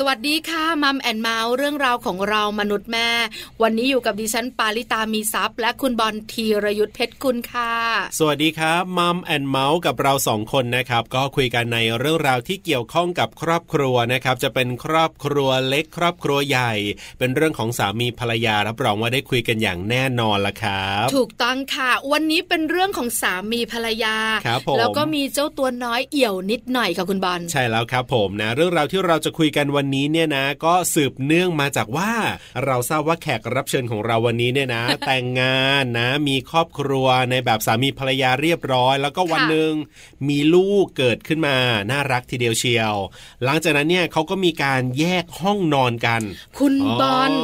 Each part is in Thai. สวัสดีค่ะมัมแอนเมาส์เรื่องราวของเรามนุษย์แม่ วันนี้อยู่กับดิฉันปาริตามีซัพย์ และคุณบอลธีรยุทธเพชรกุลค่ะ สวัสดีครับมัมแอนเมาส์กับเราสองคนนะครับ ก็คุยกันในเรื่องราวที่เกี่ยวข้องกับครอบครัวนะครับ จะเป็นครอบครัวเล็กครอบครัวใหญ่ เป็นเรื่องของสามีภรรยารับรองว่าได้คุยกันอย่างแน่นอนละครับ ถูกต้องค่ะ วันนี้เป็นเรื่องของสามีภรรยา ครับผม แล้วก็มีเจ้าตัวน้อยเอี่ยวนิดหน่อยค่ะคุณบอล ใช่แล้วครับผมนะ เรื่องราวที่เราจะคุยกันวันนี้เนี่ยนะ ก็สืบเนื่องมาจากว่า เราทราบว่าแขกรับเชิญของเราวันนี้เนี่ยนะ แต่งงานนะ มีครอบครัวในแบบสามีภรรยาเรียบร้อย แล้วก็วันหนึ่งมีลูกเกิดขึ้นมา น่ารักทีเดียวเชียว หลังจากนั้นเนี่ยเขาก็มีการแยกห้องนอนกัน คุณบอล ด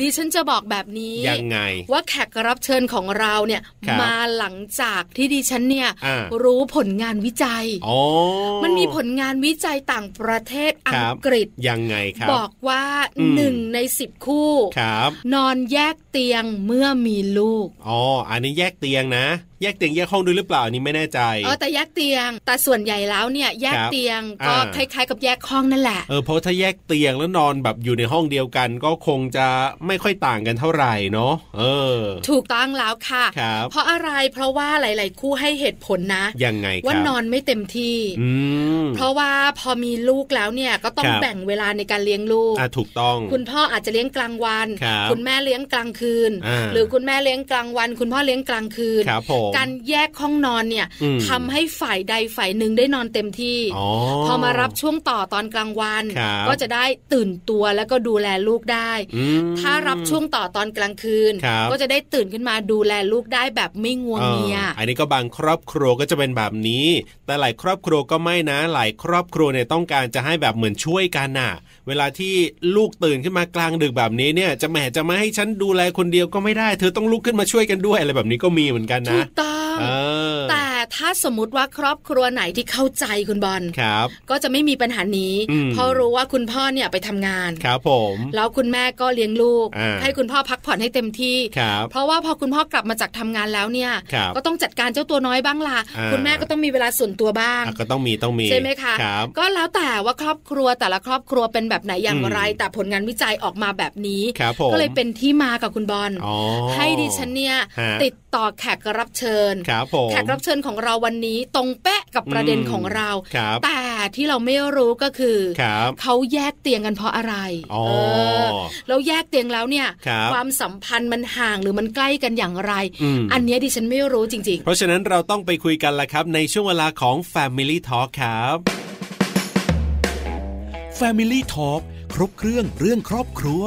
ดิฉันจะบอกแบบนี้ ยังไง ว่าแขกรับเชิญของเราเนี่ย ครับ มาหลังจากที่ดิฉันเนี่ย อ่า รู้ผลงานวิจัย อ๋อ มันมีผลงานวิจัยต่างประเทศอั ค ง รับ กฤษ ยังไงครับ บอกว่า อืม หนึ่งในสิบคู่ ครับ นอนแยกเตียงเมื่อมีลูก อ๋อ อันนี้แยกเตียงนะ แยกเตียงแยกห้องด้วยหรือเปล่าอันนี้ไม่แน่ใจ เออแต่แยกเตียง แต่ส่วนใหญ่แล้วเนี่ยแยก ครับ เตียงก็ อ่า คล้ายๆ กับแยกห้องนั่นแหละ เออเพราะถ้าแยกเตียงแล้วนอนแบบอยู่ในห้องเดียวกัน ก็คงจะไม่ค่อยต่างกันเท่าไหร่เนาะเออ ถูกต้องแล้วค่ะ ครับ เพราะอะไรเพราะว่าหลาย ๆ คู่ให้เหตุผลนะ ยังไงครับ ว่านอนไม่เต็มที่ อืม เพราะว่าพอมีลูกแล้วเนี่ยก็ต้อง ครับ แบ่งเวลาในการเลี้ยงลูก อ่ะถูกต้อง คุณพ่ออาจจะเลี้ยงกลางวัน ครับ ณแม่เลี้ยงกลางคืน อ่า หรือคุณแม่เลี้ยงกลางวัน คุณพ่อเลี้ยงกลางคืน ครับผม การแยกห้องนอนเนี่ย อืม ทำให้ฝ่ายใดฝ่ายหนึ่งได้นอนเต็มที่ อ๋อ พอมารับช่วงต่อตอนกลางวัน ครับ ก็จะได้ตื่นตัวแล้วก็ดูแลลูกได้ อืม ถ้ารับช่วงต่อตอนกลางคืน ครับ ก็จะได้ตื่นขึ้นมาดูแลลูกได้แบบไม่งวงเงีย อออันนี้ก็บางครอบครัวก็จะเป็นแบบนี้ แต่หลายครอบครัวก็ไม่นะ หลายครอบครัวเนี่ยต้องการจะให้แบบเหมือนช่วยกันน่ะ เวลาที่ลูกตื่นขึ้นมากลางดึกแบบนี้เนี่ย จะแหมจะไม่ให้ฉันดูแลคนเดียวก็ไม่ได้ เธอต้องลุกขึ้นมาช่วยกันด้วยอะไรแบบนี้ก็มีเหมือนกัน ถู นะ กต้อง เออ แต่ถ้าสมมติว่าครอบครัวไหนที่เข้าใจคุณบอล ครับ ก็จะไม่มีปัญหานี้ อืม เพราะรู้ว่าคุณพ่อเนี่ยไปทำงาน ครับผม แล้วคุณแม่ก็เลี้ยงลูก อ่า ให้คุณพ่อพักผ่อนให้เต็มที่ ครับ เพราะว่าพอคุณพ่อกลับมาจากทำงานแล้วเนี่ย ครับ ก็ต้องจัดการเจ้าตัวน้อยบ้างล่ะ อ่า คุณแม่ก็ต้องมีเวลาส่วนตัวบ้าง อ่ะก็ต้องมีต้องมี ใช่ไหมคะ ครับ ก็แล้วแต่ว่าครอบครัวแต่ละครอบครัวเป็นแบบไหนอย่างไร อืม แต่ผลงานวิจัยออกมาแบบนี้ ครับผม ก็เลยเป็นที่มากับคุณบอล อ๋อ ให้ดิฉันเนี่ย ฮะ ติดต่อแขกรับเชิญ ครับผม แขกรับเชิญของเราวันนี้ตรงเป๊ะกับประเด็นของเรา ครับ แต่ที่เราไม่รู้ก็คือ ครับ เขาแยกเตียงกันเพราะอะไร อ๋อ เออแล้วแยกเตียงแล้วเนี่ย ครับ วามสัมพันธ์มันห่างหรือมันใกล้กันอย่างไร อืม นเนี้ยดิฉันไม่รู้จริง เพราะฉะนั้นเราต้องไปคุยกันละครับ ในช่วงเวลาของ Family Talk ครับ Family Talk ครบเครื่องเรื่องครอบครัว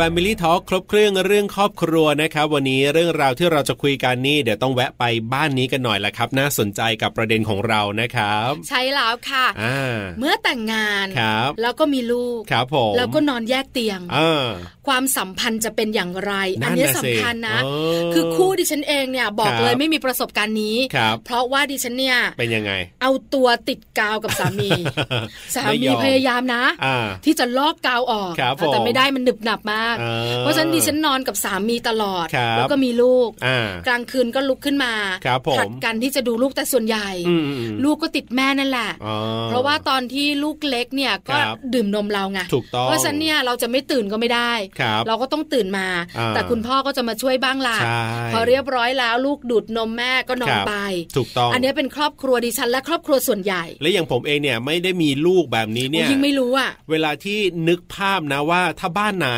Family Talk ครบเครื่องเรื่องครอบครัวนะครับ วันนี้เรื่องราวที่เราจะคุยกันนี่เดี๋ยวต้องแวะไปบ้านนี้กันหน่อยละครับ น่าสนใจกับประเด็นของเรานะครับ ๆ ใช่แล้วค่ะ อ่า เมื่อแต่งงาน ครับ แล้วก็มีลูก ครับผม แล้วก็นอนแยกเตียง อ่า ความสัมพันธ์จะเป็นอย่างไร นั่ อั น เนี้ย น่ะสิ สำคัญนะ เออ คือคู่ดิฉันเองเนี่ยบอก ครับ เลยไม่มีประสบการณ์นี้ ครับ เพราะว่าดิฉันเนี่ย เป็นยังไง เอาตัวติดกาวกับสามี สา ไม่ มี ยอม พยายามนะ อ่า ที่จะลอกกาวออก ครับผม แต่ไม่ได้มันหนึบหนับมาก อ่า เพราะฉะนั้นดิฉันนอนกับสามีตลอด ครับ แล้วก็มีลูก อ่า กลางคืนก็ลุกขึ้นมา ครับผม ผัดกันที่จะดูลูกแต่ส่วนใหญ่ อืมอืมอืม ลูกก็ติดแม่นั่นแหละ อ๋อ เพราะว่าตอนที่ลูกเล็กเนี่ยก็ ครับ ดื่มนมเราไง ถูกต้อง เพราะฉะนั้นเนี่ยเราจะไม่ตื่นก็ไม่ได้ ครับ เราก็ต้องตื่นมา อ่า แต่คุณพ่อก็จะมาช่วยบ้างล่ะ ใช่ พอเรียบร้อยแล้วลูกดูดนมแม่ก็นอ คน รับ ไป ถูกต้อง อันเนี้ยเป็นครอบครัวดิฉันและครอบครัวส่วนใหญ่ และอย่างผมเองเนี่ยไม่ได้มีลูกแบบนี้เนี่ย ยิ่งไม่รู้อ่ะ เวลาที่นึกภาพนะว่าถ้าบ้านไหน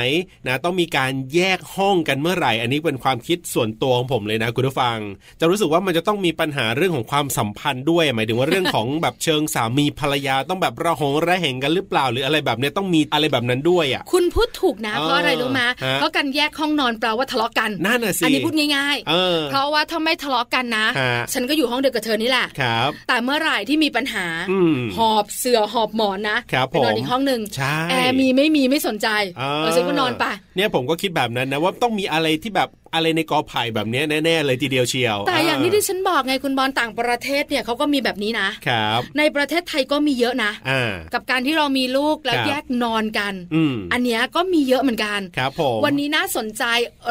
นะต้องมีการแยกห้องกันเมื่อไหร่ อันนี้เป็นความคิดส่วนตัวของผมเลยนะคุณผู้ฟัง จะรู้สึกว่ามันจะต้องมีปัญหาเรื่องของความสัมพันธ์ด้วย หมายถึงว่าเรื่อง ของแบบเชิงสามีภรรยาต้องแบบระหองระแหงกันหรือเปล่าหรืออะไรแบบเนี้ยต้องมีอะไรแบบนั้นด้วยอ่ะ คุณพูดถูกนะ เออ เพราะอะไรรู้มา ฮะ เพราะการแยกห้องนอนแปลว่าทะเลาะกัน นั่นน่ะสิ อันนี้พูดง่าย เออ ๆ เพราะว่าถ้าไม่ทะเลาะกันนะ ฮะ ฉันก็อยู่ห้องเดียวกับเธอนี่แหละ ครับ แต่เมื่อไหร่ที่มีปัญหา อืม หอบเสือหอบหมอนนะครับ ไปนอน ผม อีกห้องหนึ่ง ใช่ แอร์มีไม่มีไม่สนใจ เออ ฉันก็นอนไป เนี่ยผมก็คิดแบบนั้นนะว่าต้องมีอะไรที่แบบ อะไรในกอไผ่แบบเนี้ยแน่ๆเลยทีเดียวเชียว แต่อย่างที่ที่ฉันบอกไงคุณบอลต่างประเทศเนี่ยเขาก็มีแบบนี้นะ ครับ ในประเทศไทยก็มีเยอะนะ อ่า กับการที่เรามีลูกแล้ว ครับ แยกนอนกัน อืม อันเนี้ยก็มีเยอะเหมือนกัน ครับผม วันนี้น่าสนใจ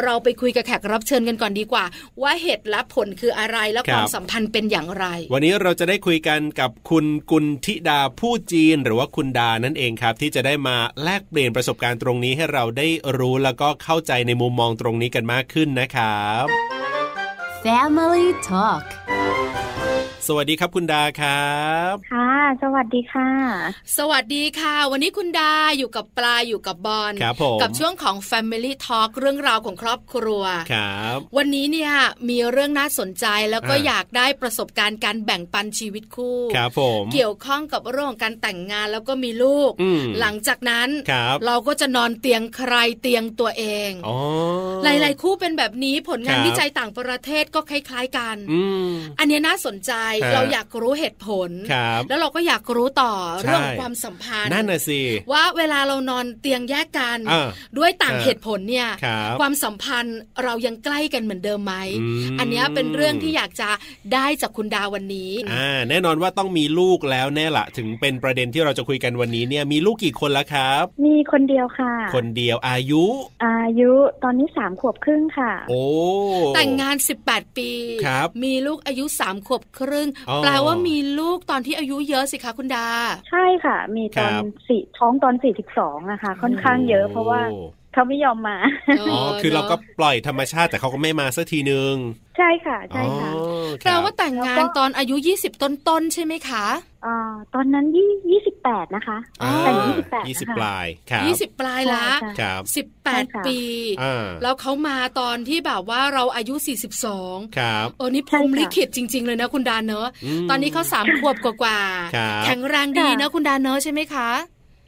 เราไปคุยกับแขกรับเชิญกันก่อนดีกว่า ว่าเหตุและผลคืออะไรและความสัมพันธ์เป็นอย่างไร วันนี้เราจะได้คุยกันกับคุณกุลธิดาผู้จีนหรือว่าคุณดานั่นเองครับ ที่จะได้มาแลกเปลี่ยนประสบการณ์ตรงนี้ให้เราได้รู้แล้วก็เข้าใจในมุมมองตรงนี้กันมากขึ้นนะครับ Family Talk สวัสดีครับคุณดาครับ ค่ะ สวัสดีค่ะ สวัสดีค่ะ วันนี้คุณดาอยู่กับปลาอยู่กับบอล ครับผม กับช่วงของ Family Talk เรื่องราวของครอบครัว ครับ วันนี้เนี่ยมีเรื่องน่าสนใจแล้วก็ อ่า อยากได้ประสบการณ์การแบ่งปันชีวิตคู่ ครับผม เกี่ยวข้องกับเรื่องของการแต่งงานแล้วก็มีลูก อืม หลังจากนั้น ครับ เราก็จะนอนเตียงใครเตียงตัวเอง อ๋อ หลาย ๆ คู่เป็นแบบนี้ผลงาน ครับ วิจัยต่างประเทศก็คล้าย ๆ กัน อืม อันเนี้ยน่าสนใจ ฮะ เราอยากรู้เหตุผล ครับ แล้วเราก็อยากรู้ต่อ ใช่ เรื่องความสัมพันธ์ นั่นน่ะสิ ว่าเวลาเรานอนเตียงแยกกัน อ่า ด้วยต่าง อ่า เหตุผลเนี่ย ครับ ความสัมพันธ์เรายังใกล้กันเหมือนเดิมไหม ม อันเนี้ยเป็นเรื่องที่อยากจะได้จากคุณดาวันนี้ อ่าแน่นอนว่าต้องมีลูกแล้วแน่ละถึงเป็นประเด็นที่เราจะคุยกันวันนี้เนี่ยมีลูกกี่คนแล้วครับ มีคนเดียวค่ะ คนเดียวอายุ อายุตอนนี้สามขวบครึ่งค่ะ โอ้ แต่งงาน 18 ปี ครับ มีลูกอายุ 3 ขวบครึ่ง อ๋อ แปลว่ามีลูกตอนที่อายุเยอะสิคะคุณดา ใช่ค่ะ มีตอน ครับ สี่ท้องตอนสี่สิบสองนะคะ ค่อนข้างเยอะเพราะว่าเขาไม่ยอมมา อ๋อคือเราก็ปล่อยธรรมชาติแต่เขาก็ไม่มาสักทีนึง ใช่ค่ะ ใช่ค่ะ อ๋อ แปลว่า ครับ แต่งงานตอนอายุ 20 ต้นๆใช่ไหมคะ าตอนนั้นยี่ยี่สิบแปดนะคะ อ่า แต่งยี่สิบแปด ยี่สิบ นะคะ ปลาย ครับ 20 ปลายละ ใช่ ค ค่ะ รับ ใช่ค่ะ 18 ปี อ่า แล้วเขามาตอนที่แบบว่าเราอายุ 42 ครับ โอ้นี่พ ใช่ ร ค่ะ หมลิขิตจริง ๆ เลยนะคุณดาเนอะ ม ตอนนี้เขาสามขวบกว่า ครับ ๆแข็งแรงดีนะคุณดาเนอะใช่ไหมคะ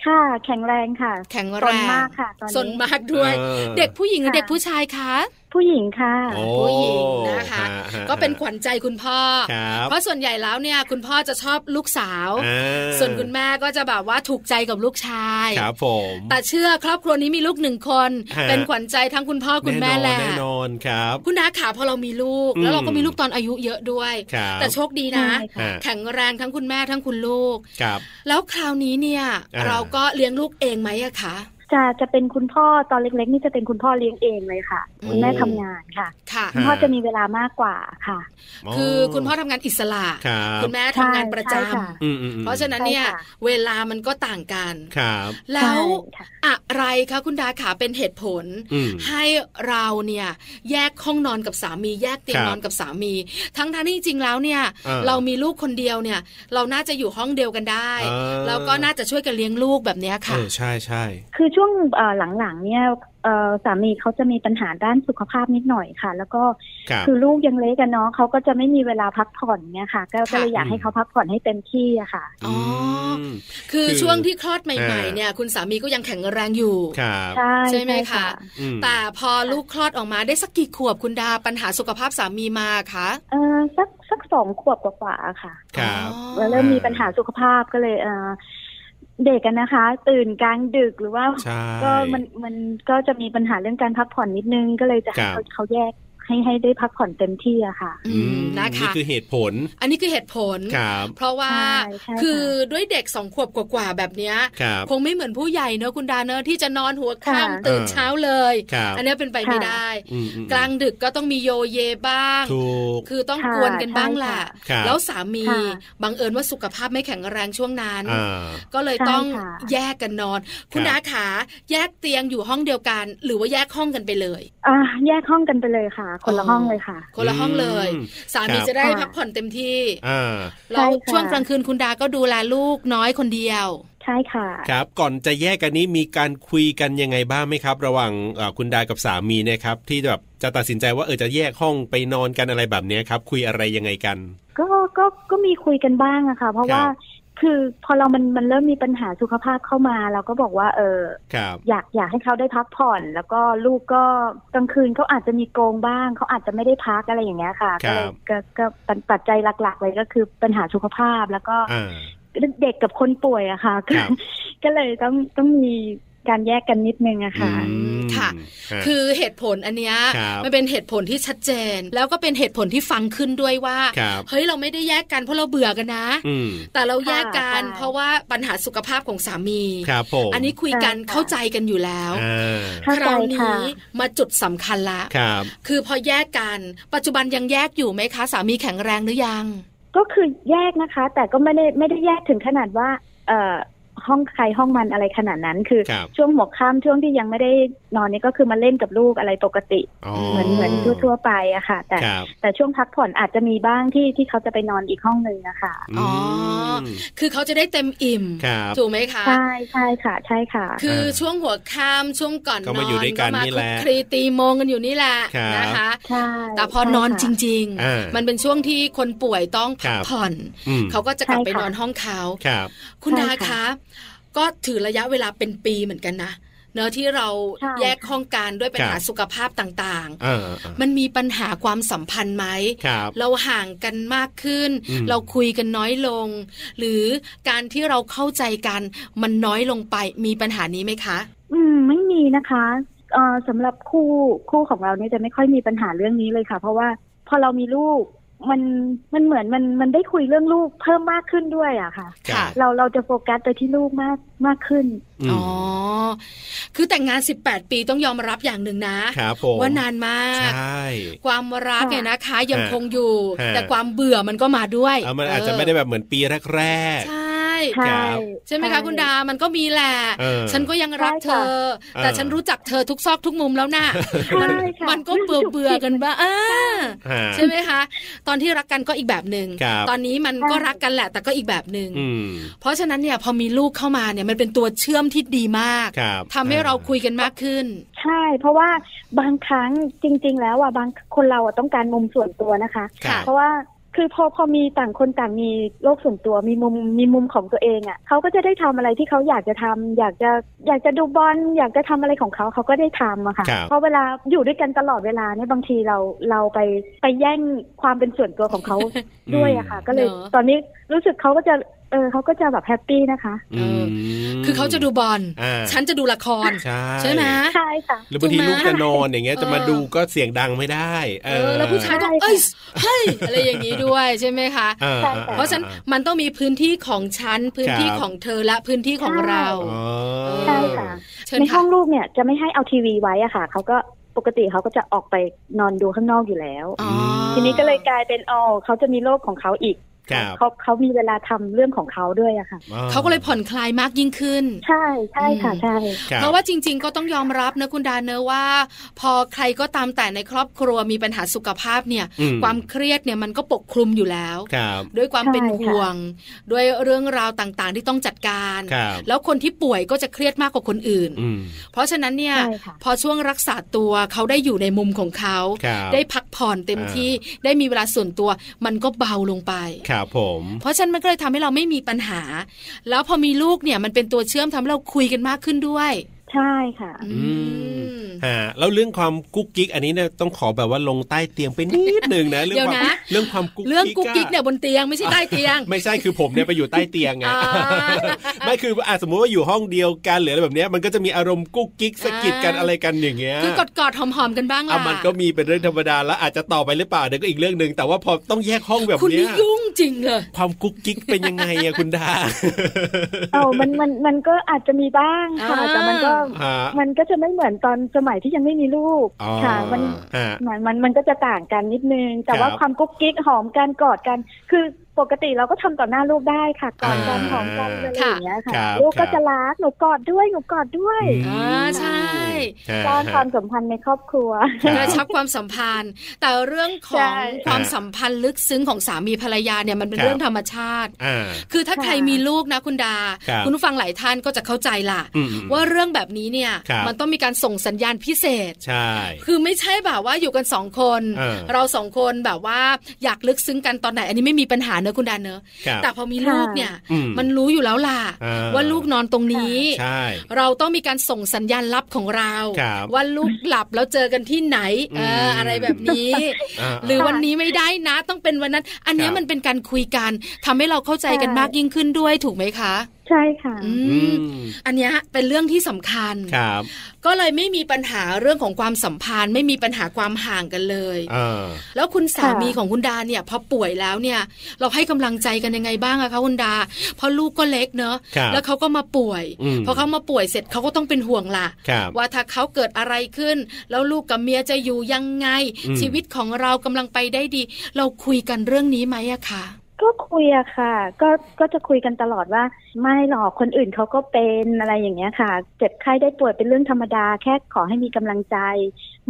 ค่ะ แข็งแรงค่ะ แข็ง ส แร น ง มากค่ะ ตอนนี้ สนมากด้วย ออ เด็กผู้หญิงหรือ ค่ะ เด็กผู้ชายคะ ผู้หญิงค่ะ โอ้ ผู้หญิงนะคะ ฮะฮะ ก็เป็นขวัญใจคุณพ่อ ครับ เพราะส่วนใหญ่แล้วเนี่ยคุณพ่อจะชอบลูกสาว อ่า ส่วนคุณแม่ก็จะแบบว่าถูกใจกับลูกชาย ครับผม แต่เชื่อครอบครัวนี้มีลูกหนึ่งคน ฮะ เป็นขวัญใจทั้งคุณพ่อคุณแม่ น่นอน แหละ แน่นอนครับ คุณน้าขาพอเรามีลูก อืม แล้วเราก็มีลูกตอนอายุเยอะด้วย ครับ แต่โชคดีนะ ใช่ค่ะ อ่า แข็งแรงทั้งคุณแม่ทั้งคุณลูก ครับ แล้วคราวนี้เนี่ย อ่า เราก็เลี้ยงลูกเองไหมอะคะ จะจะเป็นคุณพ่อตอนเล็กๆ นี่จะเป็นคุณพ่อเลี้ยงเองเลยค่ะ โอ้ คุณแม่ทำงานค่ะ ค่ะ คุณพ่อจะมีเวลามากกว่าค่ะ คือคุณพ่อทำงานอิสระ ครับ คุณแม่ทำงานประจำ ใช่ค่ะ อืมอืมอืม เพราะฉะนั้นเนี่ย ใช่ค่ะ เวลามันก็ต่างกัน ครับ แล้ว ใช่ค่ะ อะไรคะคุณดาขาเป็นเหตุผล อืม ให้เราเนี่ยแยกห้องนอนกับสามี แยกเตียง ครับ นอนกับสามี ทั้งทที่จริงๆแล้วเนี่ย อ่า เรามีลูกคนเดียวเนี่ย เราน่าจะอยู่ห้องเดียวกันได้ อ่า แล้วก็น่าจะช่วยกันเลี้ยงลูกแบบเนี้ยค่ะ เออใช่ใช่ คือช่วงเอ่อหลังๆเนี่ยเอ่อสามีเขาจะมีปัญหาด้านสุขภาพนิดหน่อยค่ะ แล้วก็ ครับ คือลูกยังเล็กกันเนาะเขาก็จะไม่มีเวลาพักผ่อนเนี่ยค่ะ ก็ ค่ะ ก็เลยอยากให้เขาพักผ่อนให้เต็มที่อะค่ะ อ๋อ ม คือ คือ ช่วงที่คลอดให อ่า ม่ๆเนี่ย คุณสามีก็ยังแข็งแรงอยู่ ครับ ใช่ ใช่ไหมคะ อืม แต่พอลูกคลอดออกมาได้สักกี่ขวบคุณดาปัญหาสุขภาพสามีมาคะ เออสักสักสองขวบกว่าๆค่ะ ครับ อ๋อ แล้วเริ่มมีปัญหาสุขภาพก็เลยเออเด็กกันนะคะ ตื่นกลางดึกหรือว่า ใช่ ก็มันมันก็จะมีปัญหาเรื่องการพักผ่อนนิดนึงก็เลยจะให้ ครั เขา บ เขาแยกให้ให้ได้พักผ่อนเต็มที่อะค่ะ อืมนะคะ นี่คือเหตุผล อันนี้คือเหตุผล ครับ เพราะว่า ใช่ใช่ค่ะ คือด้วยเด็กสองขวบกว่าๆแบบเนี้ย ครับ คงไม่เหมือนผู้ใหญ่เนอะคุณดาเนอะที่จะนอนหัว ค่ะ ค่ำตื่น เออ เช้าเลย ครับ อันเนี้ยเป็นไปไม่ ค่ะ ได้ อืมอืม กลางดึกก็ต้องมีโยเยบ้าง ถูก คือต้อง ค่ะ กวนกันบ้างแหละ ใช่ค่ะ แล้วสามี ค่ะ บังเอิญว่าสุขภาพไม่แข็งแรงช่วงนั้น อ่า ก็เลย ใช่ ต้อง ค่ะ แยกกันนอน คุณ ครับ ดาขาแยกเตียงอยู่ห้องเดียวกัน หรือว่าแยกห้องกันไปเลย อ่าแยกห้องกันไปเลยค่ะ คนละ อ๋อ ห้องเลยค่ะ คนละห้องเลย อืม สามี ครับ จะได้ ค่ะ พักผ่อนเต็มที่ อ่า แล้วช่วงกลางคืนคุณดาก็ดูแลลูกน้อยคนเดียว ใช่ค่ะ ครับก่อนจะแยกกันนี้มีการคุยกันยังไงบ้างไหมครับ ระหว่างเอ่อคุณดากับสามีเนะครับ ที่แบบจะตัดสินใจว่าเออจะแยกห้องไปนอนกันอะไรแบบเนี้ยครับ คุยอะไรยังไงกัน ก็ก็ก็มีคุยกันบ้างอะค่ะ เพราะ ครับ ว่าคือพอเรามันมันเริ่มมีปัญหาสุขภาพเข้ามา เราก็บอกว่าเออ ครับ อยากอยากให้เขาได้พักผ่อน แล้วก็ลูกก็กลางคืนเขาอาจจะมีโกงบ้างเขาอาจจะไม่ได้พักอะไรอย่างเงี้ยค่ะ ครั ก็ บ เลยก็ก็ปัจปัจจัยหลัก ๆ เลยก็คือปัญหาสุขภาพแล้วก็ อ่า เด็กกับคนป่วยอะค่ะ ครับ ก็เลยต้องต้องมี การแยกกันนิดนึงอะค่ะ อืม ค่ะ ฮะ คือเหตุผลอันเนี้ย ครับ มันเป็นเหตุผลที่ชัดเจน แล้วก็เป็นเหตุผลที่ฟังขึ้นด้วยว่า ครับ เฮ้ยเราไม่ได้แยกกันเพราะเราเบื่อกันนะ อืม แต่เราแยกกัน ค่ะ เพราะว่าปัญหาสุขภาพของสามี ครับผม อันนี้คุยกัน ใช่ค่ะ เข้าใจกันอยู่แล้ว อ่า เข้า ค ใจ ราว ค่ะ นี้มาจุดสำคัญละ ครับ คือพอแยกกัน ปัจจุบันยังแยกอยู่ไหมคะ สามีแข็งแรงหรือยัง ก็คือแยกนะคะ แต่ก็ไม่ได้ไม่ได้แยกถึงขนาดว่า เอ่อห้องใครห้องมันอะไรขนาดนั้นคือ ครับ ช่วงหัวค่ำช่วงที่ยังไม่ได้นอนนี่ก็คือมาเล่นกับลูกอะไรปกติ อ๋อ เหมือนเหมือนทั่วๆไปอะค่ะ แต่ ครับ แต่ช่วงพักผ่อนอาจจะมีบ้างที่ที่เขาจะไปนอนอีกห้องหนึ่งนะคะ อ๋ออื ม คือเขาจะได้เต็มอิ่ม ครับ ถูกไหมคะ ใช่ใช่ค่ะ ใช่ค่ะ คือ เออ ช่วงหัวค่ำช่วงก่อนน ก็ อน มาอยู่ด้วยกัน มา นี่ ค แห ลุก ละ คลีตีโมงกันอยู่นี่แหละ ครับ นะคะ ใช่ แต่พอนอนจ ใช่ค่ะ ริง อ่า ๆ มันเป็นช่วงที่คนป่วยต้อง คพัรัก บ ผ่อน อืม เขาก็จะกลับ ใช่ ไป ค่ะ นอนห้องเขา ครับ คุณดา ใช่ค่ะ คะ ก็ถือระยะเวลาเป็นปีเหมือนกันนะเนอะที่เรา ใช่ แยกห้องการด้วยปัญหา ครับ สุขภาพต่าง อ่า ๆ มันมีปัญหาความสัมพันธ์ไหม ครับ เราห่างกันมากขึ้น อืม เราคุยกันน้อยลง หรือการที่เราเข้าใจกันมันน้อยลงไปมีปัญหานี้ไหมคะ อืมไม่มีนะคะเอ่อสำหรับคู่คู่ของเราเนี่ยจะไม่ค่อยมีปัญหาเรื่องนี้เลยค่ะ เพราะว่าพอเรามีลูก มันมันเหมือนมันมันได้คุยเรื่องลูกเพิ่มมากขึ้นด้วยอะค่ะ ครับ เราเราจะโฟกัสไปที่ลูกมากมากขึ้น ม อ๋อ คือแต่งงาน 18 ปีต้องยอมรับอย่างหนึ่งนะ ครับผม ว่านานมาก ใช่ ความรักเนี่ยนะคะ ยังคงอยู่ ฮะ แต่ความเบื่อมันก็มาด้วย เอามันอาจจะไม่ได้แบบเหมือนปีแรก ใช่ ใช่ ครับ ใช่ไหมคะคุณดามันก็มีแหละ ๆเออ ฉันก็ยังรักเธอ ค่ะ แต่ เออ ฉันรู้จักเธอทุกซอกทุกมุมแล้วนะ ใช่ค่ะ มันก็เบื่อเบื่อๆกันบ้างอ่า ฮะ ใช่ไหมคะ ตอนที่รักกันก็อีกแบบหนึ ครั่ ง บ ตอนนี้มันก็รักกันแหละ แต่ก็อีกแบบหนึ อื่ ง ม เพราะฉะนั้นเนี่ยพอมีลูกเข้ามาเนี่ยมันเป็นตัวเชื่อมที่ดีมาก ครับ ทำให้เราคุยกันมากขึ้น ใช่ เพราะว่าบางครั้งจริง ๆ แล้วอ่ะบางคนเราอะต้องการมุมส่วนตัวนะคะ ครับ เพราะว่าคือพอพอมีต่างคนต่างมีโลกส่วนตัวมีมุมมีมุมของตัวเองอะ่ะเขาก็จะได้ทำอะไรที่เขาอยากจะทำอยากจะอยากจะดูบอลอยากจะทำอะไรของเขาเขาก็ได้ทำอะค่ะ ครับ เพราะเวลาอยู่ด้วยกันตลอดเวลาเนี่ยบางทีเราเราไปไปแย่งความเป็นส่วนตัวของเขา ด้วยอะค่ะ ก็เลย เนอะ ตอนนี้รู้สึกเขาก็จะเออเขาก็จะแบบแฮปปี้นะคะ อืม คือเขาจะดูบอล อ่า ฉันจะดูละคร ใช่ ใช่ไหม ใช่ค่ะ หรือบางทีลูกจะนอนอย่างเงี้ย เออ จะมาดูก็เสียงดังไม่ได้ เอ เอ อ อ แล้วผู้ชายก็ ใช่ค่ะ เอ้ยเฮ้ยอะไรอย่างนี้ด้วยใช่ไหมคะ อ่า ใช่ อ่ ค่ะ เพราะฉะนั้นมันต้องมีพื้นที่ของฉันพื้นที่ของเธอและพื้นที่ของเรา อ๋อ ใช่ค่ะ เชิญ ในห้ ค่ะ องลูกเนี่ยจะไม่ให้เอาทีวีไว้อะค่ะเขาก็ปกติเขาก็จะออกไปนอนดูข้างนอกอยู่แล้ว อ๋อ ทีนี้ก็เลยกลายเป็นอ๋อเขาจะมีโลกของเขาอีก ครับ เขาเขามีเวลาทำเรื่องของเขาด้วยอะค่ะ อ๋อ เขาก็เลยผ่อนคลายมากยิ่งขึ้น ใช่ใช่ค่ะ อืม ใช่ ครับ เพราะว่าจริง ๆ ก็ต้องยอมรับนะคุณดาเนอะว่า พอใครก็ตามแต่ในครอบครัวมีปัญหาสุขภาพเนี่ย อืม ความเครียดเนี่ยมันก็ปกคลุมอยู่แล้ว ครับ ด้วยความ ใช่ เป็น ค่ะ ห่วง ด้วยเรื่องราวต่างๆ ที่ต้องจัดการ ครับ แล้วคนที่ป่วยก็จะเครียดมากกว่าคนอื่น อืม เพราะฉะนั้นเนี่ย ใช่ค่ะ พอช่วงรักษาตัวเขาได้อยู่ในมุมของเขา ครับ ได้พักผ่อนเต็ม อ่า ที่ได้มีเวลาส่วนตัว มันก็เบาลงไป ครับผม เพราะฉะนั้นมันก็เลยทำให้เราไม่มีปัญหา แล้วพอมีลูกเนี่ยมันเป็นตัวเชื่อมทำให้เราคุยกันมากขึ้นด้วย ใช่ค่ะ อืม ฮะแล้วเรื่องความกุ๊กกิ๊กอันนี้เนี่ยต้องขอแบบว่าลงใต้เตียงไปนิดหนึ่งนะเรื่องความ เดี๋ยวนะ เรื่องความกุ๊กกิ๊ก เรื่องกุ๊กกิ๊ก อะ เนี่ยบนเตียงไม่ใช่ใต้เตียง ไม่ใช่คือผมเนี่ยไปอยู่ใต้เตียงไง อ่า ไม่คืออ่ะสมมุติว่าอยู่ห้องเดียวกันหรืออะไรแบบเนี้ยมันก็จะมีอารมณ์กุ๊กกิ๊กสะกิดกัน อ่า อะไรกันอย่างเงี้ย คือกอดกอดๆหอมๆกันบ้าง อ่ะ ล่ะ มันก็มีเป็นเรื่องธรรมดาแล้วอาจจะต่อไปหรือเปล่าเดี๋ยวก็อีกเรื่องหนึ่งแต่ว่าพอต้องแยกห้องแบบ คุณ เนี้ นี่ ย ยุ่งจริงเลย ความกุ๊กกิ๊กเป็นยังไงอะคุณ ดา เอามันมันมันก็อาจจะมีบ้างค่ะ อ่า แต่มันก็ ฮะ มันก็จะไม่เหมือนตอนสมัยที่ยังไม่มีลูก อ๋อ ค่ะ มัน ฮะ มันมันมันก็จะต่างกันนิดนึง แต่ ครับ ว่าความกุ๊กกิ๊กหอมกันกอดกัน คือปกติเราก็ทำต่อหน้าลูกได้ค่ะกอดกัน อ่า หอมกันอะไรอย่างเงี้ยค่ะ ครับ ลูก คก็รับ จะรักหนูกอดด้วยหนูกอดด้วย อ่าใช่ ฮะ สร้างควา ฮะ มสัมพันธ์ในครอบครัว ครับ กระชับความสัมพันธ์ แต่เรื่องของ ใช่ ความสัมพันธ์ลึกซึ้งของสามีภรรยาเนี่ยมันเป็น ครับ เรื่องธรรมชาติ อ่า คือถ้า ค่ะ ใครมีลูกนะคุณดา ครับ คุณผู้ฟังหลายท่านก็จะเข้าใจล่ะ อืม ว่าเรื่องแบบนี้เนี่ย ครับ มันต้องมีการส่งสัญญาณพิเศษ ใช่ คือไม่ใช่แบบว่าอยู่กันสองคน เออ เราสองคนแบบว่าอยากลึกซึ้งกันตอนไหน อันนี้ไม่มีปัญหาเนอะคุณดาเนอะ ครับ แต่พอมีลูกเนี่ย อื มันรู้อยู่แล้วล่ะ อ่า ว่าลูกนอนตรงนี้ ใช่ เราต้องมีการส่งสัญญาณลับของเรา ครับ ว่าลูกหลับแล้วเจอกันที่ไหนเอออ ม อะไรแบบนี้ อ่า หรือวันนี้ไม่ได้นะ ต้องเป็นวันนั้น อันเนี้ย ครับ มันเป็นการคุยกันทำให้เราเข้าใจกัน ใช่ มากยิ่งขึ้นด้วยถูกไหมคะ ใช่ค่ะ อื อื ม ม อันเนี้ยเป็นเรื่องที่สำคัญ ครับ ก็เลยไม่มีปัญหาเรื่องของความสัมพันธ์ ไม่มีปัญหาความห่างกันเลย อ่า แล้วคุณสามี ค่ะ ของคุณดาเนี่ยพอป่วยแล้วเนี่ย เราให้กำลังใจกันยังไงบ้างอะคะคุณดาเพราะลูกก็เล็กเนอะ ครับ แล้วเขาก็มาป่วย อืม พอเขามาป่วยเสร็จเขาก็ต้องเป็นห่วงล่ะ ครับ ว่าถ้าเขาเกิดอะไรขึ้น แล้วลูกกับเมียจะอยู่ยังไง อืม ชีวิตของเรากำลังไปได้ดี เราคุยกันเรื่องนี้ไหมอะคะ ก็คุยอะค่ะ ก็ก็จะคุยกันตลอดว่า ไม่หรอกคนอื่นเขาก็เป็นอะไรอย่างเงี้ยค่ะ เจ็บไข้ได้ป่วยเป็นเรื่องธรรมดา แค่ขอให้มีกำลังใจ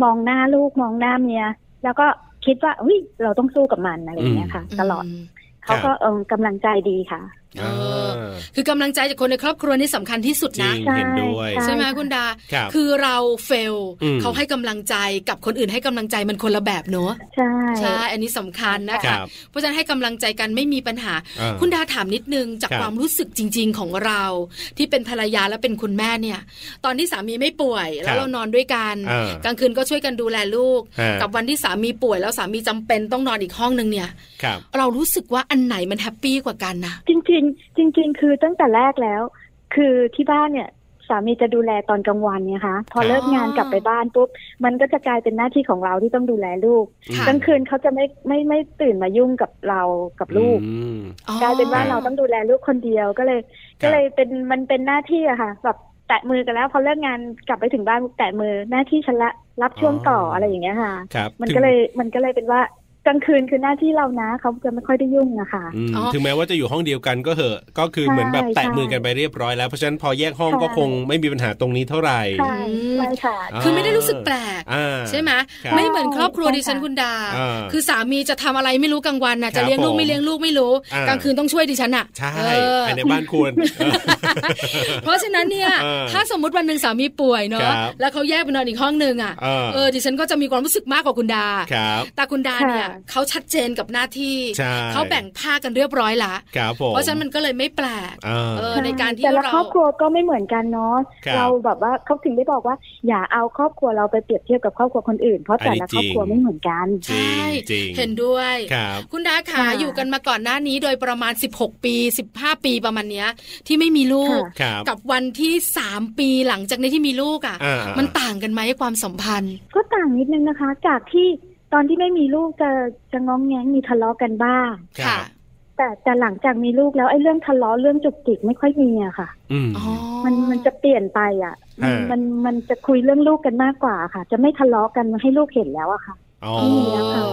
มองหน้าลูกมองหน้าเมียแล้วก็คิดว่าอุ้ยเราต้องสู้กับมันอะไรอย่างเงี้ยค่ะ ตลอด ม เขาก็เออกำลังใจดีค่ะ เออ คือกำลังใจจากคนในครอบครัวนี่สำคัญที่สุด จริ นะ ง ใช่ เห็นด้วย ใช่ ใช่ไหมคุณดา ครับ คือเราเฟล อืม เขาให้กำลังใจกับคนอื่นให้กำลังใจมันคนละแบบเนอะ ใช่ ใช่ อันนี้สำคัญนะ ค คะ รับ เพราะฉะนั้นให้กำลังใจกันไม่มีปัญหา เออ คุณดาถามนิดนึงจาก ครับ ความรู้สึกจริง ๆ ของเรา ที่เป็นภรรยาและเป็นคุณแม่เนี่ย ตอนที่สามีไม่ป่วยแล้วเรานอนด้วยกัน เออ กลางคืนก็ช่วยกันดูแลลูก ฮะ กับวันที่สามีป่วยแล้วสามีจำเป็นต้องนอนอีกห้องนึงเนี่ย ครับ เรารู้สึกว่าอันไหนมันแฮปปี้กว่ากันนะ จริงๆ จริง ๆ คือตั้งแต่แรกแล้ว คือที่บ้านเนี่ยสามีจะดูแลตอนกลางวันเนี่ยคะพอ ครับ เลิกงานกลับไปบ้านปุ๊บมันก็จะกลายเป็นหน้าที่ของเราที่ต้องดูแลลูก ค่ะ กลางคืนเขาจะไม่ไม่ไม่ตื่นมายุ่งกับเรากับลูก อืม อ๋อก ลายเป็นว่าเราต้องดูแลลูกคนเดียวก็เลย ครับ ก็เลยเป็นมันเป็นหน้าที่อะค่ะแบบแตะมือกันแล้วพอเลิกงานกลับไปถึงบ้านแตะมือหน้าที่ฉันละรับช่วงต่ออะไรอย่างเงี้ยค่ะ ครับ มัน ถึง ก็เลยมันก็เลยเป็นว่ากลางคืนคือหน้าที่เรานะเขาจะไม่ค่อยได้ยุ่งอะค่ะ อืม อ๋อ ถึงแม้ว่าจะอยู่ห้องเดียวกันก็เหอะ ก็คือ ใช่ เหมือนแบบแตะ ใช่ มือกันไปเรียบร้อยแล้ว เพราะฉะนั้นพอแยกห้อง ใช่ ก็คงไม่มีปัญหาตรงนี้เท่าไหร่ ใช่ใช่ค่ะ อ่า คือไม่ได้รู้สึกแปลก อ่า ใช่ไหม ครับ ไม่เหมือนครอบครัว ใช่ค่ะ ดิฉันคุณดา อ่า คือสามีจะทำอะไรไม่รู้กลางวันน่ะ ครั จะ บ เลี้ยงลู ผ ก ม ไม่เลี้ยงลูกไม่รู้ อ่าก ก ลางคืนต้องช่วยดิฉันอ่ะ ใช่ เออ ภายในบ้านคว ร เพราะฉะนั้นเนี่ย เออ ถ้าสมมติวันหนึ่งสามีป่วย ครั เนาะ บ แล้วเขาแยกไปนอนอีกห้องหนึ่งอ่ะ เออ เออดิฉันก็จะมีความรู้สึกมากกว่าคุณดา ครับ แต่คุณดาเนี่ย ค่ะ เขาชัดเจนกับหน้าที่ ใช่ เขาแบ่งภาคกันเรียบร้อยละ ครับผม เพราะฉะนั้นมันก็เลยไม่แปลก อ่า เออ ในการที่ แต่ละ เรา ครอบครัวก็ไม่เหมือนกันเนาะ ครับ เราแบบว่าเขาถึงได้บอกว่า อย่าเอาครอบครัวเราไปเปรียบเทียบกับครอบครัวคนอื่น เพราะแต่ละครอบครัว อันนี้ไม่จริงเหมือนกัน จริงจริง เห็นด้วย ครับ คุณดาขา ค่ะ อยู่กันมาก่อนหน้านี้โดยประมาณ 16 ปี 15 ปีประมาณเนี้ย ที่ไม่มีลูก ค่ะ ครับ กับวันที่ 3 ปีหลังจากนี้ที่มีลูกอ่ะ อ่ามั มันต่างกันไหมความสัมพันธ์ ก็ต่างนิดนึงนะคะ จากที่ตอนที่ไม่มีลูกจะจะง้องแง้งมีทะเลาะกันบ้าง ค่ะ แต่แต่หลังจากมีลูกแล้วไอ้เรื่องทะเลาะเรื่องจุกจิกไม่ค่อยมีอะค่ะ อืม อ๋อ มันมันจะเปลี่ยนไปอะมัน อ่ามั มันมันจะคุยเรื่องลูกกันมากกว่าค่ะ จะไม่ทะเลาะกันให้ลูกเห็นแล้วอะค่ะ อ๋อ มีแล้วค่ะ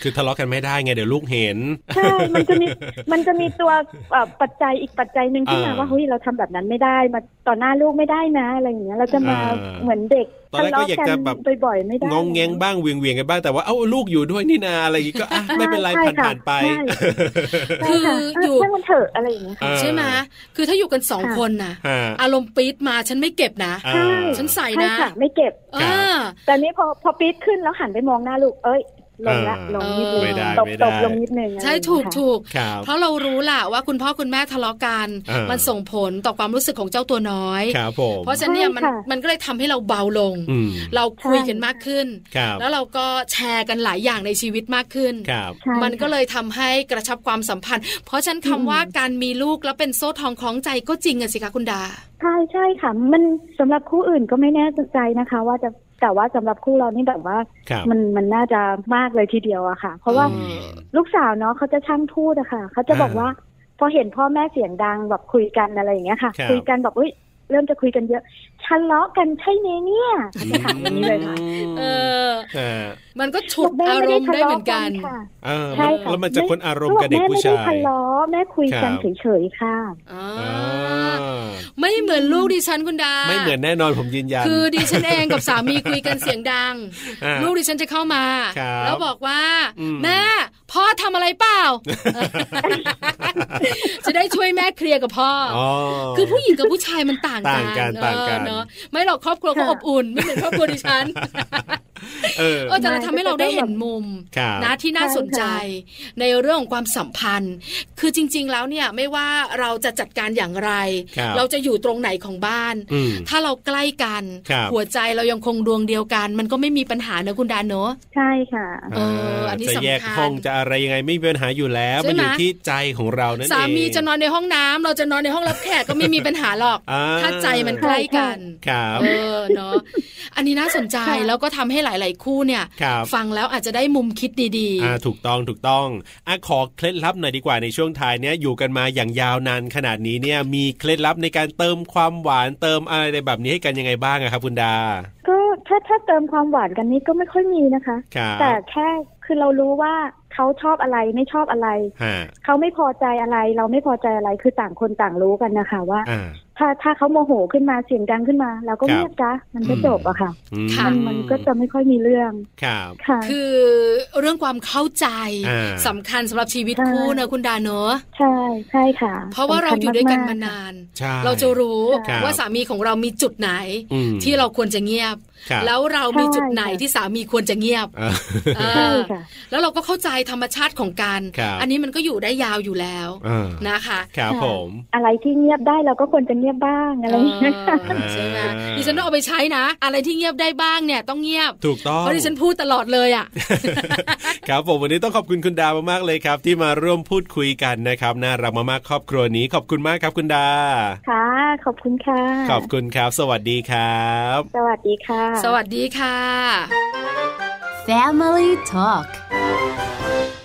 คือทะเลาะกันไม่ได้ไงเดี๋ยวลูกเห็น ใช่ มันจะมี มันจะมีตัวเอ่อปัจจัยอีกปัจจัยหนึ่งที่มา อ่า ว่าเฮ้ยเราทำแบบนั้นไม่ได้มาต่อหน้าลูกไม่ได้นะอะไรอย่างเงี้ยเราจะมา อ่า เหมือนเด็ก ตอนแรกก็อยากจะแบบ ทเลากันบ่อยๆไม่ได้ งองแงงบ้างเวียงเวียงๆกันบ้างแต่ว่าเอ้าลูกอยู่ด้วยนี่นาอะไรอย่างงี้ก็อ่ะไม่เป็นไร ใช่ ผ่าน ค่ะ ผ่านๆไป ใช่ใช่ค่ะ คืออยู่ เรื่องมันเถอะอะไรอย่างเงี้ยค่ะ เออ ใช่ไหมคือถ้าอยู่กันสอง ค่ะ คนนะ ฮะ อารมณ์ปี๊ดมาฉันไม่เก็บนะ อ่า ใช่ ฉันใส่ ใช่ นะ ค่ะไม่เก็บ เอ ครั อ บ แต่นี้พอพอปี๊ดขึ้นแล้วหันไปมองหน้าลูกเอ้ยลงละ อ่า ลงนิดนึง ไม่ได้ ตบ ไม่ได้ ตบลงนิดนึง ใช่ อะไรอย่างเงี้ย ถูก ค่ะ ถูก ครับ เพราะเรารู้ล่ะว่าคุณพ่อคุณแม่ทะเลาะกัน เออ มันส่งผลต่อความรู้สึกของเจ้าตัวน้อย ครับผม เพราะฉะนั้นเนี่ยมัน ใช่ค่ะ มันก็เลยทำให้เราเบาลง อืม เราคุยกันมากขึ้น ครับ แล้วเราก็แชร์กันหลายอย่างในชีวิตมากขึ้น ครับ ใช่ มันก็ ค่ะ เลยทำให้กระชับความสัมพันธ์ เพราะฉะนันคำ อืม ว่าการมีลูกแล้วเป็นโซ่ทองคล้องใจก็จริงอะสิคะคุณดา ใช่ใช่ค่ะ มันสำหรับคู่อื่นก็ไม่แน่ใจนะคะ ว่าจะแต่ว่าสำหรับคู่เรานี่แบบว่า ครับ มันมันน่าจะมากเลยทีเดียวอะค่ะ เพราะว่า อืม ลูกสาวเนาะเขาจะช่างพูดอะค่ะเขาจะบอกว่า พอเห็นพ่อแม่เสียงดังแบบคุยกันอะไรอย่างเงี้ยค่ะ ครับ คุยกันบอกอุ้ยเริ่มจะคุยกันเยอะทะเลาะกันใช่ไหมเนี่ยเขาจะถามอย่างนี้เลยค่ะ เอ อ อ อ มันก็ฉุดอารมณ์ได้เหมือนกัน ค่ะ เออ ใช่ค่ะ แล้วมันจะคนอารม เขา ณ์ บอบ กกัเด็ก แม่ ผู้ ไม่ได้ ชาย ทะเลาะแม่คุยกัน ครับ เฉยๆค่ะ อ๋อ อ่า ไม่เหมือนลูกดิฉันคุณดา ไม่เหมือนแน่นอนผมยืนยัน คือดิฉันเองกับสามีคุยกันเสียงดัง อ่า ลูกดิฉันจะเข้ามา ครับ แล้วบอกว่า อืม แม่พ่อทำอะไรเป ล่า จะได้ช่วยแม่เคลียร์กับพ่ออ อ๋อ คือผู้หญิงกับผู้ชายมันต่างกัน ต่างกัน เออ ต่างกัน เนอะไม่หรอกครอบครัวก็ ค่ะ อบอุ่น ไม่เหมือนครอบครัวดิฉัน เออ เออแต่เราทำให้เราได้เห็นมุม ครับ นะที่น่าสนใจ ใช่ค่ ในเรื่องของความสัมพันธ์ คือจริง ๆ แล้วเนี่ยไม่ว่าเราจะจัดการอย่างไร ครับ เราจะอยู่ตรงไหนของบ้าน อืม ถ้าเราใกล้กัน ครับ หัวใจเรายังคงดวงเดียวกัน มันก็ไม่มีปัญหานะคุณดานเนอะ ใช่ค่ะ เอออันนี้ จะ สำคัญ แยกห้องจะอะไรยังไงไม่มีปัญหาอยู่แล้ว ใช่ไหม มันอยู่ที่ใจของเรานั่นเอง สามีจะนอนในห้องน้ำเราจะนอนในห้องรับแขกก็ไม่มีปัญหาหรอก อ่า ถ้าใจมันใกล้กัน ครับ เออเนาะอันนี้น่าสนใจ ค่ะ แล้วก็ทำให้หลาย ๆ คู่เนี่ย ครับ ฟังแล้วอาจจะได้มุมคิดดี อ่าถูกต้องถูกต้องอ่ะขอเคล็ดลับหน่อยดีกว่าในช่วงท้ายเนี้ยอยู่กันมาอย่างยาวนานขนาดนี้เนี่ยมีเคล็ดลับในการเติมความหวานเติมอะไรแบบนี้ให้กันยังไงบ้างอะครับคุณดา ก็ถ้าถ้าเติมความหวานกันนี้ก็ไม่ค่อยมีนะคะ ครับ แต่แค่คือเรารู้ว่าเขาชอบอะไรไม่ชอบอะไร ฮะ เขาไม่พอใจอะไร เราไม่พอใจอะไรคือต่างคนต่างรู้กันนะคะ ว่า อ่า ถ้าถ้าเขาโมโหขึ้นมาเสียงดังขึ้นมาเราก็ ครับ เงียบจ้ะมันก็จบอะค่ะ อื มันมันก็จะไม่ค่อยมีเรื่อง ครับ ค่ะ ๆ คือเรื่องความเข้าใจ อ่า สำคัญสำหรับชีวิต ใช่ คู่นะคุณดาเนอะ ใช่ใช่ค่ะ เพราะว่าเราอยู่ด้วยกันมานาน ใช่ เราจะรู้ ครับ ว่าสามีของเรามีจุดไหน อืม ที่เราควรจะเงียบ ครับ แล้วเรามีจุดไหนที่สามีควรจะเงียบ อ่า อ่า ใช่ค่ะ แล้วเราก็เข้าใจธรรมชาติของการ ครับ อันนี้มันก็อยู่ได้ยาวอยู่แล้ว อ่า นะคะ ครับผม อะไรที่เงียบได้เราก็ควรจะเงียบบ้างอะไรอย่างเงี้ยค่ะ เออใช่ไหม อ่า ดิฉันต้องเอาไปใช้นะ อะไรที่เงียบได้บ้างเนี่ยต้องเงียบ ถูกต้อง เพราะดิฉันพูดตลอดเลยอ่ะ ครับผมวันนี้ต้องขอบคุณคุณดามากๆเลยครับ ที่มาร่วมพูดคุยกันนะครับน่ารักมากๆครอบครัวนี้ขอบคุณมากครับคุณดา ค่ะ ขอบคุณค่ะ ขอบคุณครับ สวัสดีครับ สวัสดีค่ะ สวัสดีค่ะ Family Talk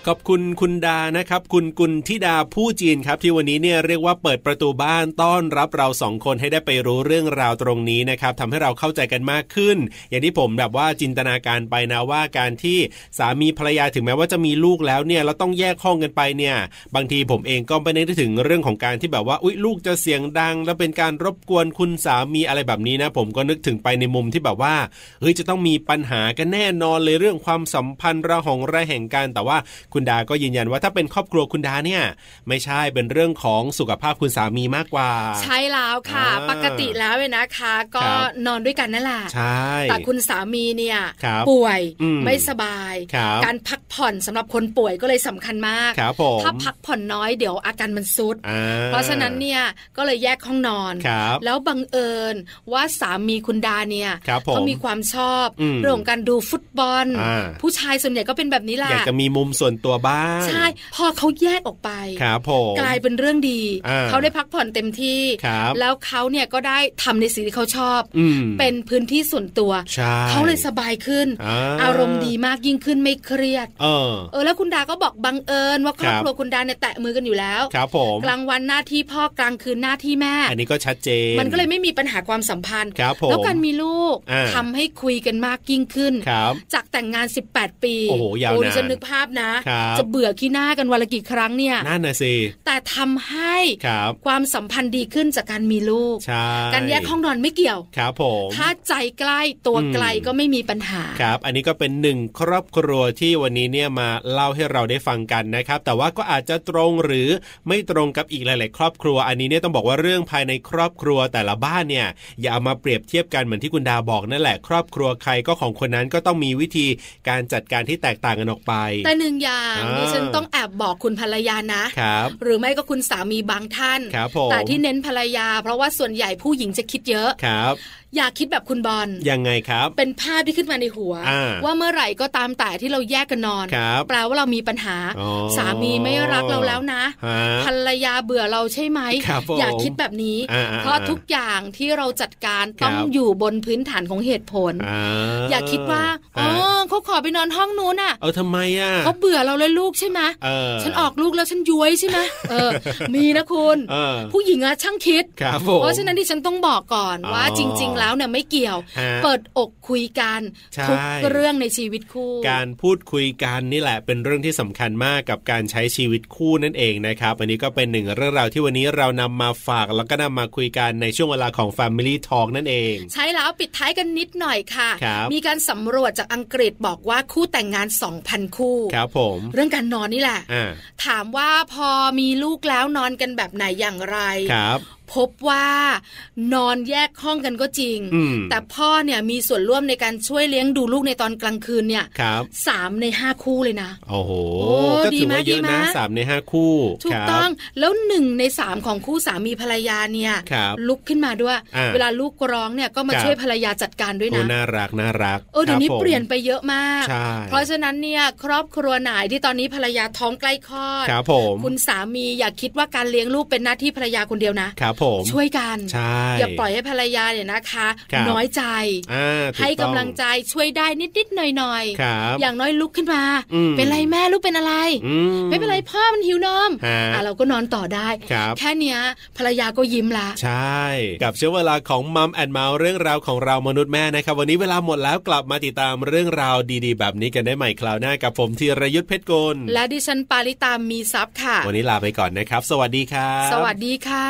ขอบคุณคุณดานะครับ คุณกุลธิดาผู้จีนครับ ที่วันนี้เนี่ยเรียกว่าเปิดประตูบ้านต้อนรับเราสองคนให้ได้ไปรู้เรื่องราวตรงนี้นะครับทำให้เราเข้าใจกันมากขึ้น อย่างที่ผมแบบว่าจินตนาการไปนะว่าการที่สามีภรรยาถึงแม้ว่าจะมีลูกแล้วเนี่ยเราต้องแยกห้องกันไปเนี่ยบางทีผมเองก็ไม่ได้นึกถึงเรื่องของการที่แบบว่าอุ๊ยลูกจะเสียงดัง แล้วเป็นการรบกวนคุณสามีอะไรแบบนี้นะ ผมก็นึกถึงไปในมุมที่แบบว่า เฮ้ยจะต้องมีปัญหากันแน่นอนเลยเรื่องความสัมพันธ์ระหองระแหงกันแต่ว่าคุณดาก็ยืนยันว่าถ้าเป็นครอบครัวคุณดาเนี่ย ไม่ใช่เป็นเรื่องของสุขภาพคุณสามีมากกว่า ใช่แล้วค่ะ อ่า ปกติแล้วเนี่ยนะคะ ก็ ครับ นอนด้วยกันนั่นแหละ ใช่ แต่คุณสามีเนี่ย ครับ ป่วย อืม ไม่สบาย ครับ การพักผ่อนสำหรับคนป่วยก็เลยสำคัญมาก ครับผม ถ้าพักผ่อนน้อยเดี๋ยวอาการมันซุด อ่ เพราะฉะนั้นเนี่ยก็เลยแยกห้องนอน ครับ แล้วบังเอิญว่าสามีคุณดาเนี่ย ครับผม เขามีความชอบ อืม เรื่องของการดูฟุตบอล อ่า ผู้ชายส่วนใหญ่ก็เป็นแบบนี้แห อยาก ละ จะมีมุมส่วนตัวบ้าง ใช่พอเขาแยกออกไป ครับผม กลายเป็นเรื่องดี อ่า เขาได้พักผ่อนเต็มที่ ครับ แล้วเขาเนี่ยก็ได้ทำในสิ่งที่เขาชอบ อืม เป็นพื้นที่ส่วนตัว ใช่ เขาเลยสบายขึ้น อ่ อารมณ์ดีมากยิ่งขึ้นไม่เครียด เออ เออแล้วคุณดาก็บอกบังเอิญว่าครอบ ครับ ครัวคุณดาเนี่ยแตะมือกันอยู่แล้ว ครับผม กลางวันหน้าที่พ่อกลางคืนหน้าที่แม่ อันนี้ก็ชัดเจน มันก็เลยไม่มีปัญหาความสัมพันธ์ ครับผม แล้วการมีลูก อ่า ทำให้คุยกันมากยิ่งขึ้น ครับ จากแต่งงาน 18 ปี โอ้โหยาวนาน ดิฉันนึกภาพนะ ครับ จะเบื่อขี้หน้ากันวันละกี่ครั้งเนี่ย นั่นน่ะสิ แต่ทำให้ ครับ ความสัมพันธ์ดีขึ้นจากการมีลูก ใช่ การแยกห้องนอนไม่เกี่ยว ครับผม ถ้าใจใกล้ตัว อืม ไกลก็ไม่มีปัญหา ครับ อันนี้ก็เป็นหนึ่งครอบครัวที่วันนี้เนี่ยมาเล่าให้เราได้ฟังกันนะครับ แต่ว่าก็อาจจะตรงหรือไม่ตรงกับอีกหลาย ๆ ครอบครัว อันนี้เนี่ยต้องบอกว่าเรื่องภายในครอบครัวแต่ละบ้านเนี่ยอย่าเอามาเปรียบเทียบกันเหมือนที่คุณดาบอกนั่นแหละครอบครัวใครก็ของคนนั้นก็ต้องมีวิธีการจัดการที่แตกต่างกันออกไป แต่หนึ่งอย่าง อ่า ดิฉันต้องแอบบอกคุณภรรยานะ ครับ หรือไม่ก็คุณสามีบางท่าน ครับผม แต่ที่เน้นภรรยา เพราะว่าส่วนใหญ่ผู้หญิงจะคิดเยอะ ครับ อย่าคิดแบบคุณบอล ยังไงครับ เป็นภาพที่ขึ้นมาในหัว อ่า ว่าเมื่อไหร่ก็ตามแต่ที่เราแยกกันนอน ครับ แปลว่าเรามีปัญหา อ๋อ สามีไม่รักเราแล้วนะ ฮะ ภรรยาเบื่อเราใช่ไหม ครับผม อย่าคิดแบบนี้ อ่าๆ เพราะทุกอย่างที่เราจัดการ ครับ ต้องอยู่บนพื้นฐานของเหตุผล อ่า อย่าคิดว่าอ๋อเขาขอไปนอนห้องนู้นน่ะ เอาทำไมอ่ะ เขาเบื่อเราเลยลูกใช่ไหม เออ ฉันออกลูกแล้วฉันย้วยใช่ไหมเออ มีนะคุณ เออ ผู้หญิงอะช่างคิด ครับผม เพราะฉะนั้นที่ฉันต้องบอกก่อน อ๋อ ว่าจริง ๆ แล้วเนี่ยไม่เกี่ยว ฮะ เปิดอกคุยกัน ใช่ ทุกเรื่องในชีวิตคู่ การพูดคุยกันนี่แหละเป็นเรื่องที่สำคัญมากกับการใช้ชีวิตคู่นั่นเองนะครับอันนี้ก็เป็นหนึ่งเรื่องราวที่วันนี้เรานำมาฝากแล้วก็นำมาคุยกันในช่วงเวลาของ Family Talk นั่นเอง ใช้แล้วปิดท้ายกันนิดหน่อยค่ะ ครับ มีการสำรวจจากอังกฤษบอกว่าคู่แต่งงาน 2,000 คู่ ครับผม เรื่องการนอนนี่แหละ อ่า ถามว่าพอมีลูกแล้วนอนกันแบบไหนอย่างไร ครับ พบว่านอนแยกห้องกันก็จริง อืม แต่พ่อเนี่ยมีส่วนร่วมในการช่วยเลี้ยงดูลูกในตอนกลางคืนเนี่ย ครับ สามในห้าคู่เลยนะ โอ้โห โอ้ ก็ ดี ถือ ไหม ว่าเยอะ ดีไหม นะสามในห้าคู่ ถู ค ก รับ ต้องแล้วหนึ่งในสามของคู่สามีภรรยาเนี่ย ครับ ลุกขึ้นมาด้วย อ่า เวลาลูกร้องเนี่ยก็มา ครับ ช่วยภรรยาจัดการด้วย โอ้ นะ น่ารักน่ารัก เออเดี๋ยวนี้ ครับผม เปลี่ยนไปเยอะมาก ใช่ เพราะฉะนั้นเนี่ยครอบครัวไหนที่ตอนนี้ภรรยาท้องใกล้คลอด ครับผม คุณสามีอย่าคิดว่าการเลี้ยงลูกเป็นหน้าที่ภรรยาคนเดียวนะ ครับผม ช่วยกัน ใช่ อย่าปล่อยให้ภรรยาเนี่ยนะคะ ครับ น้อยใจ อ่าถู ให้ ต้ กำ อ ลังใจช่วยได้นิดๆหน่อย ครับ ๆอย่างน้อยลุกขึ้นมา อืม เป็นไรแม่ลูกเป็นอะไร อื ไม่เป็นไรพ่อมันหิวนม ฮะ อ่ะเราก็นอนต่อได้ ครับ แค่เนี้ยภรรยาก็ยิ้มละ ใช่ กับช่วงเวลาของมัมแอนเมาส์เรื่องราวของเรามนุษย์แม่นะครับ วันนี้เวลาหมดแล้วกลับมาติดตามเรื่องราวดีๆ แบบนี้กันได้ใหม่คราวหน้ากับผมธีรยุทธเพชรกุล และดิฉันปาริตามมีซับค่ะ วันนี้ลาไปก่อนนะครับ สวัสดีครับ สวัสดีค่ะ